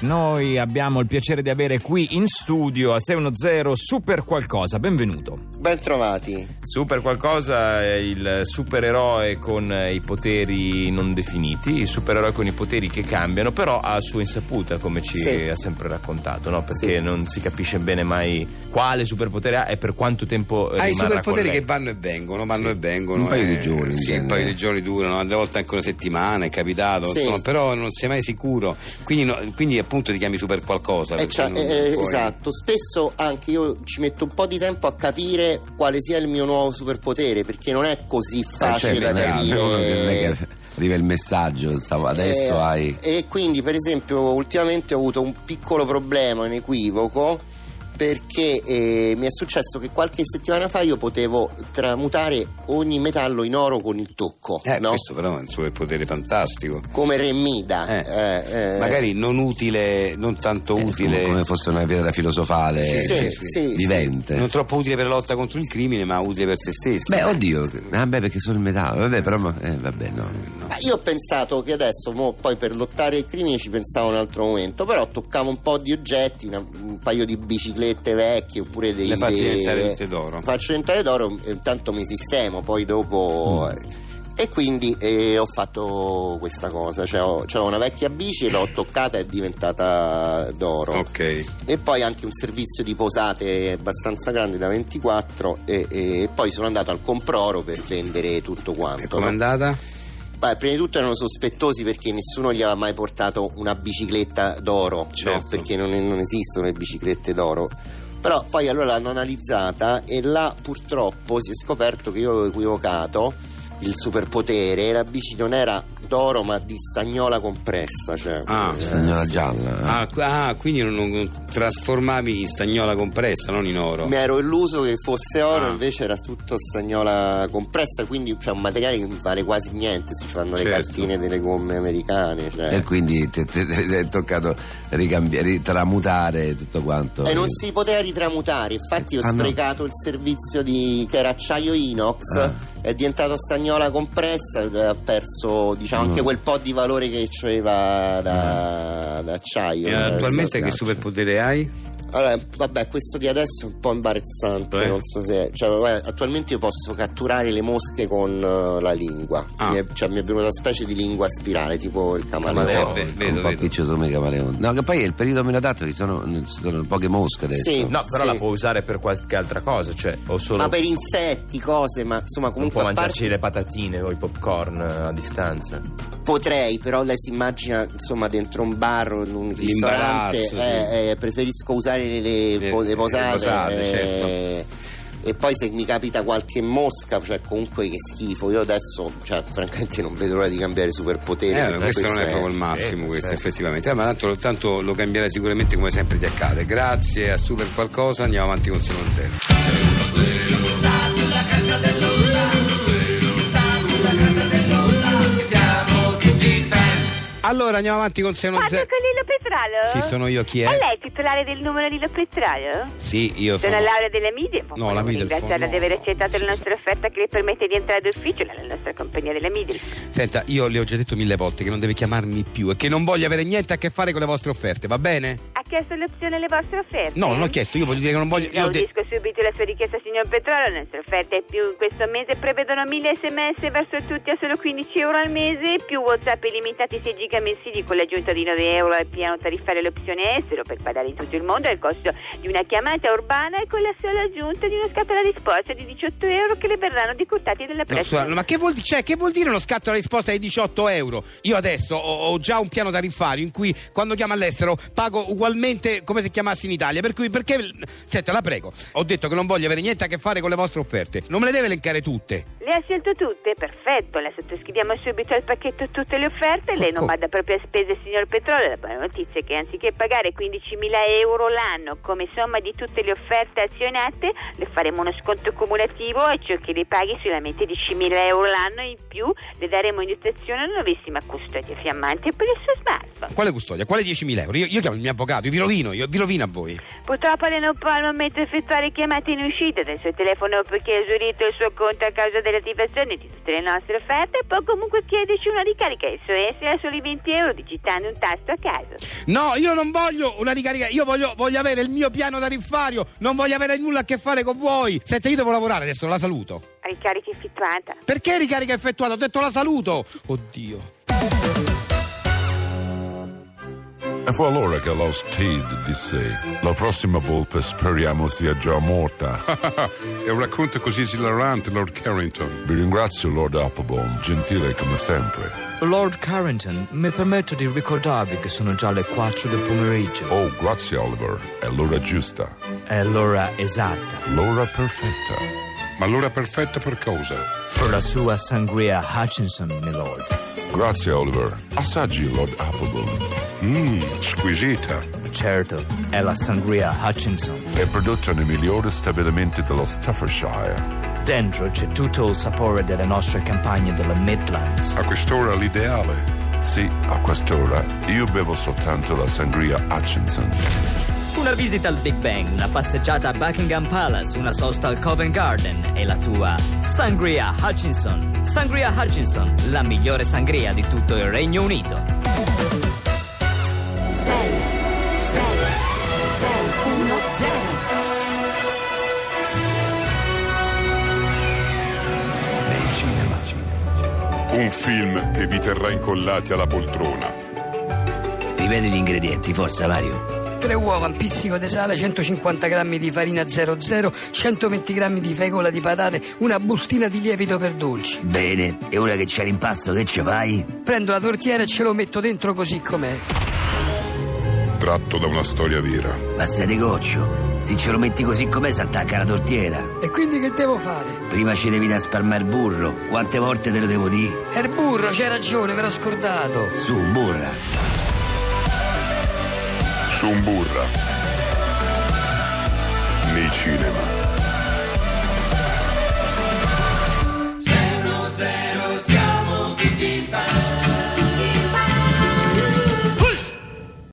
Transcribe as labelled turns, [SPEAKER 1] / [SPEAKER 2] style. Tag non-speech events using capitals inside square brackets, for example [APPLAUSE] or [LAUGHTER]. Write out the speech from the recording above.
[SPEAKER 1] Noi abbiamo il piacere di avere qui in studio a 610 Super Qualcosa, benvenuto.
[SPEAKER 2] Ben trovati.
[SPEAKER 1] Super Qualcosa è il supereroe con i poteri non definiti, il supereroe con i poteri che cambiano, però a sua insaputa, come ci
[SPEAKER 2] Sì.
[SPEAKER 1] ha sempre raccontato, no? perché
[SPEAKER 2] Sì.
[SPEAKER 1] non si capisce bene mai quale superpotere ha e per quanto tempo eh,
[SPEAKER 3] Hai i
[SPEAKER 1] rimarrà
[SPEAKER 3] superpoteri
[SPEAKER 1] con
[SPEAKER 3] che
[SPEAKER 1] lei.
[SPEAKER 3] vanno e vengono, vanno
[SPEAKER 1] Sì.
[SPEAKER 3] e vengono.
[SPEAKER 4] Un paio di
[SPEAKER 3] eh,
[SPEAKER 4] giorni, in
[SPEAKER 3] Sì, un
[SPEAKER 4] genere.
[SPEAKER 3] paio di giorni durano, altre volte anche una settimana, è capitato,
[SPEAKER 2] Sì.
[SPEAKER 3] insomma, però non sei mai sicuro. Quindi, no- quindi appunto ti chiami super qualcosa.
[SPEAKER 2] Eh,
[SPEAKER 3] perché
[SPEAKER 2] cioè,
[SPEAKER 3] non
[SPEAKER 2] eh,
[SPEAKER 3] puoi-
[SPEAKER 2] esatto, spesso anche io ci metto un po' di tempo a capire quale sia il mio nuovo superpotere, perché non è così facile
[SPEAKER 4] Eh, cioè,
[SPEAKER 2] da
[SPEAKER 4] non è- non è che- non è
[SPEAKER 2] capire.
[SPEAKER 4] che arriva il messaggio stavo- adesso
[SPEAKER 2] Eh,
[SPEAKER 4] hai
[SPEAKER 2] E quindi, per esempio, ultimamente ho avuto un piccolo problema, un equivoco, perché eh, mi è successo che qualche settimana fa io potevo tramutare ogni metallo in oro con il tocco,
[SPEAKER 3] Eh,
[SPEAKER 2] no?
[SPEAKER 3] Questo però è un superpotere fantastico.
[SPEAKER 2] Come Remida.
[SPEAKER 3] Eh,
[SPEAKER 2] eh, eh.
[SPEAKER 3] Magari non utile, non tanto
[SPEAKER 4] eh,
[SPEAKER 3] utile.
[SPEAKER 4] come, come fosse una pietra filosofale
[SPEAKER 3] Sì, sì,
[SPEAKER 4] eh,
[SPEAKER 2] sì, sì.
[SPEAKER 4] vivente
[SPEAKER 3] Non troppo utile per la lotta contro il crimine, ma utile per se stessi.
[SPEAKER 4] beh oddio vabbè perché sono il metallo vabbè però ma- eh, vabbè no, no.
[SPEAKER 2] Ma Io ho pensato che adesso, mo, poi per lottare ai crimini ci pensavo un altro momento, però toccavo un po' di oggetti, una- un paio di biciclette vecchie oppure dei...
[SPEAKER 3] Le fatti
[SPEAKER 2] dei-
[SPEAKER 3] diventare tutte d'oro.
[SPEAKER 2] Faccio diventare d'oro e intanto mi sistemo, poi dopo... eh. E quindi eh, ho fatto questa cosa, cioè ho, c'ho una vecchia bici e l'ho toccata e è diventata d'oro.
[SPEAKER 3] Ok.
[SPEAKER 2] E poi anche un servizio di posate abbastanza grande da 24 e, e- e poi sono andato al comproro per vendere tutto quanto.
[SPEAKER 3] E com'è
[SPEAKER 2] no?
[SPEAKER 3] andata?
[SPEAKER 2] Beh, prima di tutto erano sospettosi perché nessuno gli aveva mai portato una bicicletta d'oro,
[SPEAKER 3] Certo.
[SPEAKER 2] no? perché non, non esistono le biciclette d'oro. Però poi allora l'hanno analizzata e là purtroppo si è scoperto che io avevo equivocato il superpotere, la bici non era d'oro ma di stagnola compressa. Cioè,
[SPEAKER 3] Ah,
[SPEAKER 2] eh,
[SPEAKER 4] stagnola
[SPEAKER 2] sì.
[SPEAKER 4] gialla
[SPEAKER 3] Ah, qu- ah, quindi non, non trasformavi in stagnola compressa, non in oro.
[SPEAKER 2] Mi ero illuso che fosse oro,
[SPEAKER 3] Ah.
[SPEAKER 2] invece era tutto stagnola compressa, quindi c'è un materiale che vale quasi niente, si fanno le
[SPEAKER 3] Certo.
[SPEAKER 2] cartine delle gomme americane. Cioè.
[SPEAKER 4] e quindi ti ti- ti è toccato ricambiare ritramutare tutto quanto
[SPEAKER 2] E Eh, non si poteva ritramutare, infatti ho
[SPEAKER 4] Certo. Ah, no.
[SPEAKER 2] sprecato il servizio di, che era acciaio inox,
[SPEAKER 4] Ah.
[SPEAKER 2] è diventato stagnola compressa, e ha perso diciamo, anche
[SPEAKER 4] Mm.
[SPEAKER 2] quel po' di valore che c'aveva da, da acciaio.
[SPEAKER 3] E
[SPEAKER 2] Eh,
[SPEAKER 3] attualmente che
[SPEAKER 2] sì.
[SPEAKER 3] superpotere hai?
[SPEAKER 2] Allora, vabbè, questo di adesso è un po' imbarazzante,
[SPEAKER 3] Eh.
[SPEAKER 2] non so se... Cioè, vabbè, attualmente io posso catturare le mosche con eh, la lingua,
[SPEAKER 3] Ah.
[SPEAKER 2] mi, è, cioè, mi è venuta una specie di lingua a spirale, tipo il
[SPEAKER 3] Camaleonte.
[SPEAKER 2] camaleone.
[SPEAKER 4] Camaleon,
[SPEAKER 3] vedo,
[SPEAKER 4] un
[SPEAKER 3] vedo,
[SPEAKER 4] po'
[SPEAKER 3] vedo.
[SPEAKER 4] piccioso come camaleonte no che poi è il periodo meno adatto ci sono, ci sono poche mosche adesso
[SPEAKER 2] Sì.
[SPEAKER 1] No, però
[SPEAKER 2] Sì.
[SPEAKER 1] la può usare per qualche altra cosa, cioè o solo
[SPEAKER 2] Ma per insetti, cose, ma insomma
[SPEAKER 1] non
[SPEAKER 2] comunque
[SPEAKER 1] può
[SPEAKER 2] a parte
[SPEAKER 1] mangiarci le patatine o i popcorn eh, a distanza.
[SPEAKER 2] Potrei, però lei si immagina insomma dentro un bar o in un
[SPEAKER 3] L'imbarazzo,
[SPEAKER 2] ristorante.
[SPEAKER 3] sì.
[SPEAKER 2] eh, eh, preferisco usare le, le
[SPEAKER 3] Le-
[SPEAKER 2] po- le
[SPEAKER 3] le
[SPEAKER 2] posate.
[SPEAKER 3] posate, certo.
[SPEAKER 2] eh, E poi se mi capita qualche mosca, cioè comunque che schifo. Io adesso, cioè, francamente, non vedo l'ora di cambiare
[SPEAKER 3] Eh,
[SPEAKER 2] superpotere.
[SPEAKER 3] questo, non è proprio il massimo,
[SPEAKER 1] certo,
[SPEAKER 3] questo
[SPEAKER 1] certo.
[SPEAKER 3] effettivamente. Eh, ma tanto, tanto lo cambierai sicuramente come sempre ti accade. Grazie a Super Qualcosa, andiamo avanti con Simon Zero. Allora andiamo avanti con Simon
[SPEAKER 5] Parlo
[SPEAKER 3] Zero.
[SPEAKER 5] con Lillo Petralo?
[SPEAKER 3] Sì, sono io, chi è?
[SPEAKER 5] È lei il titolare del numero Lillo Petralo?
[SPEAKER 3] Sì, io sono.
[SPEAKER 5] Sono Laura della Media.
[SPEAKER 3] No, la Media, il
[SPEAKER 5] Ringraziarla
[SPEAKER 3] fondo.
[SPEAKER 5] di aver accettato la nostra offerta che le permette di entrare d'ufficio nella nostra compagnia della Media.
[SPEAKER 3] Senta, io le ho già detto mille volte che non deve chiamarmi più e che non voglio avere niente a che fare con le vostre offerte, va bene?
[SPEAKER 5] Ha chiesto l'opzione alle vostre offerte?
[SPEAKER 3] No, non l'ho chiesto, io voglio dire che non voglio. Io ho de-
[SPEAKER 5] Gaudisco subito la sua richiesta, signor Petrolo. Le nostre offerte più in questo mese prevedono 1000 sms verso tutti a solo 15 euro al mese, più WhatsApp illimitati 6 giga mensili con l'aggiunta di 9 euro al piano tariffario e l'opzione estero per parlare in tutto il mondo al costo di una chiamata urbana e con la sola aggiunta di una scatola di sport di 18 euro che le verranno decurtati dalla
[SPEAKER 3] No,
[SPEAKER 5] prossima.
[SPEAKER 3] scusa, ma che vuol, cioè, che vuol dire uno scatto alla risposta di 18 euro? Io adesso ho, ho già un piano tariffario in cui quando chiamo all'estero pago ugualmente come se chiamassi in Italia. Per cui perché. Senta, la prego, ho detto che non voglio avere niente a che fare con le vostre offerte. Non me le deve elencare tutte.
[SPEAKER 5] Le ha scelto tutte? Perfetto, la sottoscriviamo subito al pacchetto tutte le offerte. Lei non
[SPEAKER 3] Co-
[SPEAKER 5] vada proprio a spese, signor Petrolio. La buona notizia è che anziché pagare 15.000 euro l'anno come somma di tutte le offerte azionate, le faremo uno sconto cumulativo e ciò che le paghi solamente 10.000 euro l'anno in più le daremo in dotazione una nuovissima custodia fiammante per il suo smartphone.
[SPEAKER 3] Quale custodia? Quale 10.000 euro? Io, io chiamo il mio avvocato, io vi rovino, io vi rovino a voi.
[SPEAKER 5] Purtroppo lei non può al momento effettuare chiamate in uscita dal suo telefono perché ha esaurito il suo conto a causa della relazione di tutte le nostre offerte e può comunque chiederci una ricarica SOS a soli 20 euro digitando un tasto a caso.
[SPEAKER 1] No, io non voglio una ricarica, io voglio, voglio avere il mio piano tariffario, non voglio avere nulla a che fare con voi. Senti, io devo lavorare adesso, la saluto.
[SPEAKER 5] Ricarica effettuata.
[SPEAKER 1] Perché ricarica effettuata? Ho detto la saluto. Oddio.
[SPEAKER 6] E fu allora che lo Steed disse: La prossima volpe speriamo sia già morta.
[SPEAKER 7] [LAUGHS] È un racconto così esilarante, Lord Carrington.
[SPEAKER 6] Vi ringrazio, Lord Applebaum, gentile come sempre.
[SPEAKER 8] Lord Carrington, mi permetto di ricordarvi che sono già le 4 del pomeriggio.
[SPEAKER 6] Oh, grazie, Oliver. È l'ora giusta,
[SPEAKER 8] È l'ora esatta
[SPEAKER 6] l'ora perfetta.
[SPEAKER 7] Ma l'ora perfetta per cosa?
[SPEAKER 8] per la sua sangria Hutchinson, milord.
[SPEAKER 6] Grazie, Oliver. Assaggi, Lord Applebaum.
[SPEAKER 7] Mmm, squisita.
[SPEAKER 8] Certo, è la sangria Hutchinson.
[SPEAKER 6] È prodotta nei migliori stabilimenti dello Staffordshire.
[SPEAKER 8] Dentro c'è tutto il sapore delle nostre campagne delle Midlands.
[SPEAKER 7] A quest'ora l'ideale.
[SPEAKER 6] Sì, a quest'ora io bevo soltanto la sangria Hutchinson.
[SPEAKER 4] Una visita al Big Bang, una passeggiata a Buckingham Palace, una sosta al Covent Garden e la tua Sangria Hutchinson. Sangria Hutchinson, la migliore sangria di tutto il Regno Unito.
[SPEAKER 6] Un film che vi terrà incollati alla poltrona.
[SPEAKER 4] Rivedi gli ingredienti, forza Mario.
[SPEAKER 9] 3 uova, un pizzico di sale, 150 grammi di farina 00, 120 grammi di fecola di patate, una bustina di lievito per dolci.
[SPEAKER 4] Bene, e ora che c'è l'impasto che ci fai?
[SPEAKER 9] Prendo la tortiera e ce lo metto dentro così com'è.
[SPEAKER 6] Tratto da una storia vera.
[SPEAKER 4] Passa di goccio. Se ce lo metti così com'è si attacca la tortiera.
[SPEAKER 9] E quindi che devo fare?
[SPEAKER 4] Prima ci devi da spalmare il burro. Quante volte te lo devo dire?
[SPEAKER 9] È il burro, c'hai ragione, me l'ho scordato.
[SPEAKER 4] Su, burra.
[SPEAKER 6] su un burra nei cinema
[SPEAKER 10] siamo tutti fan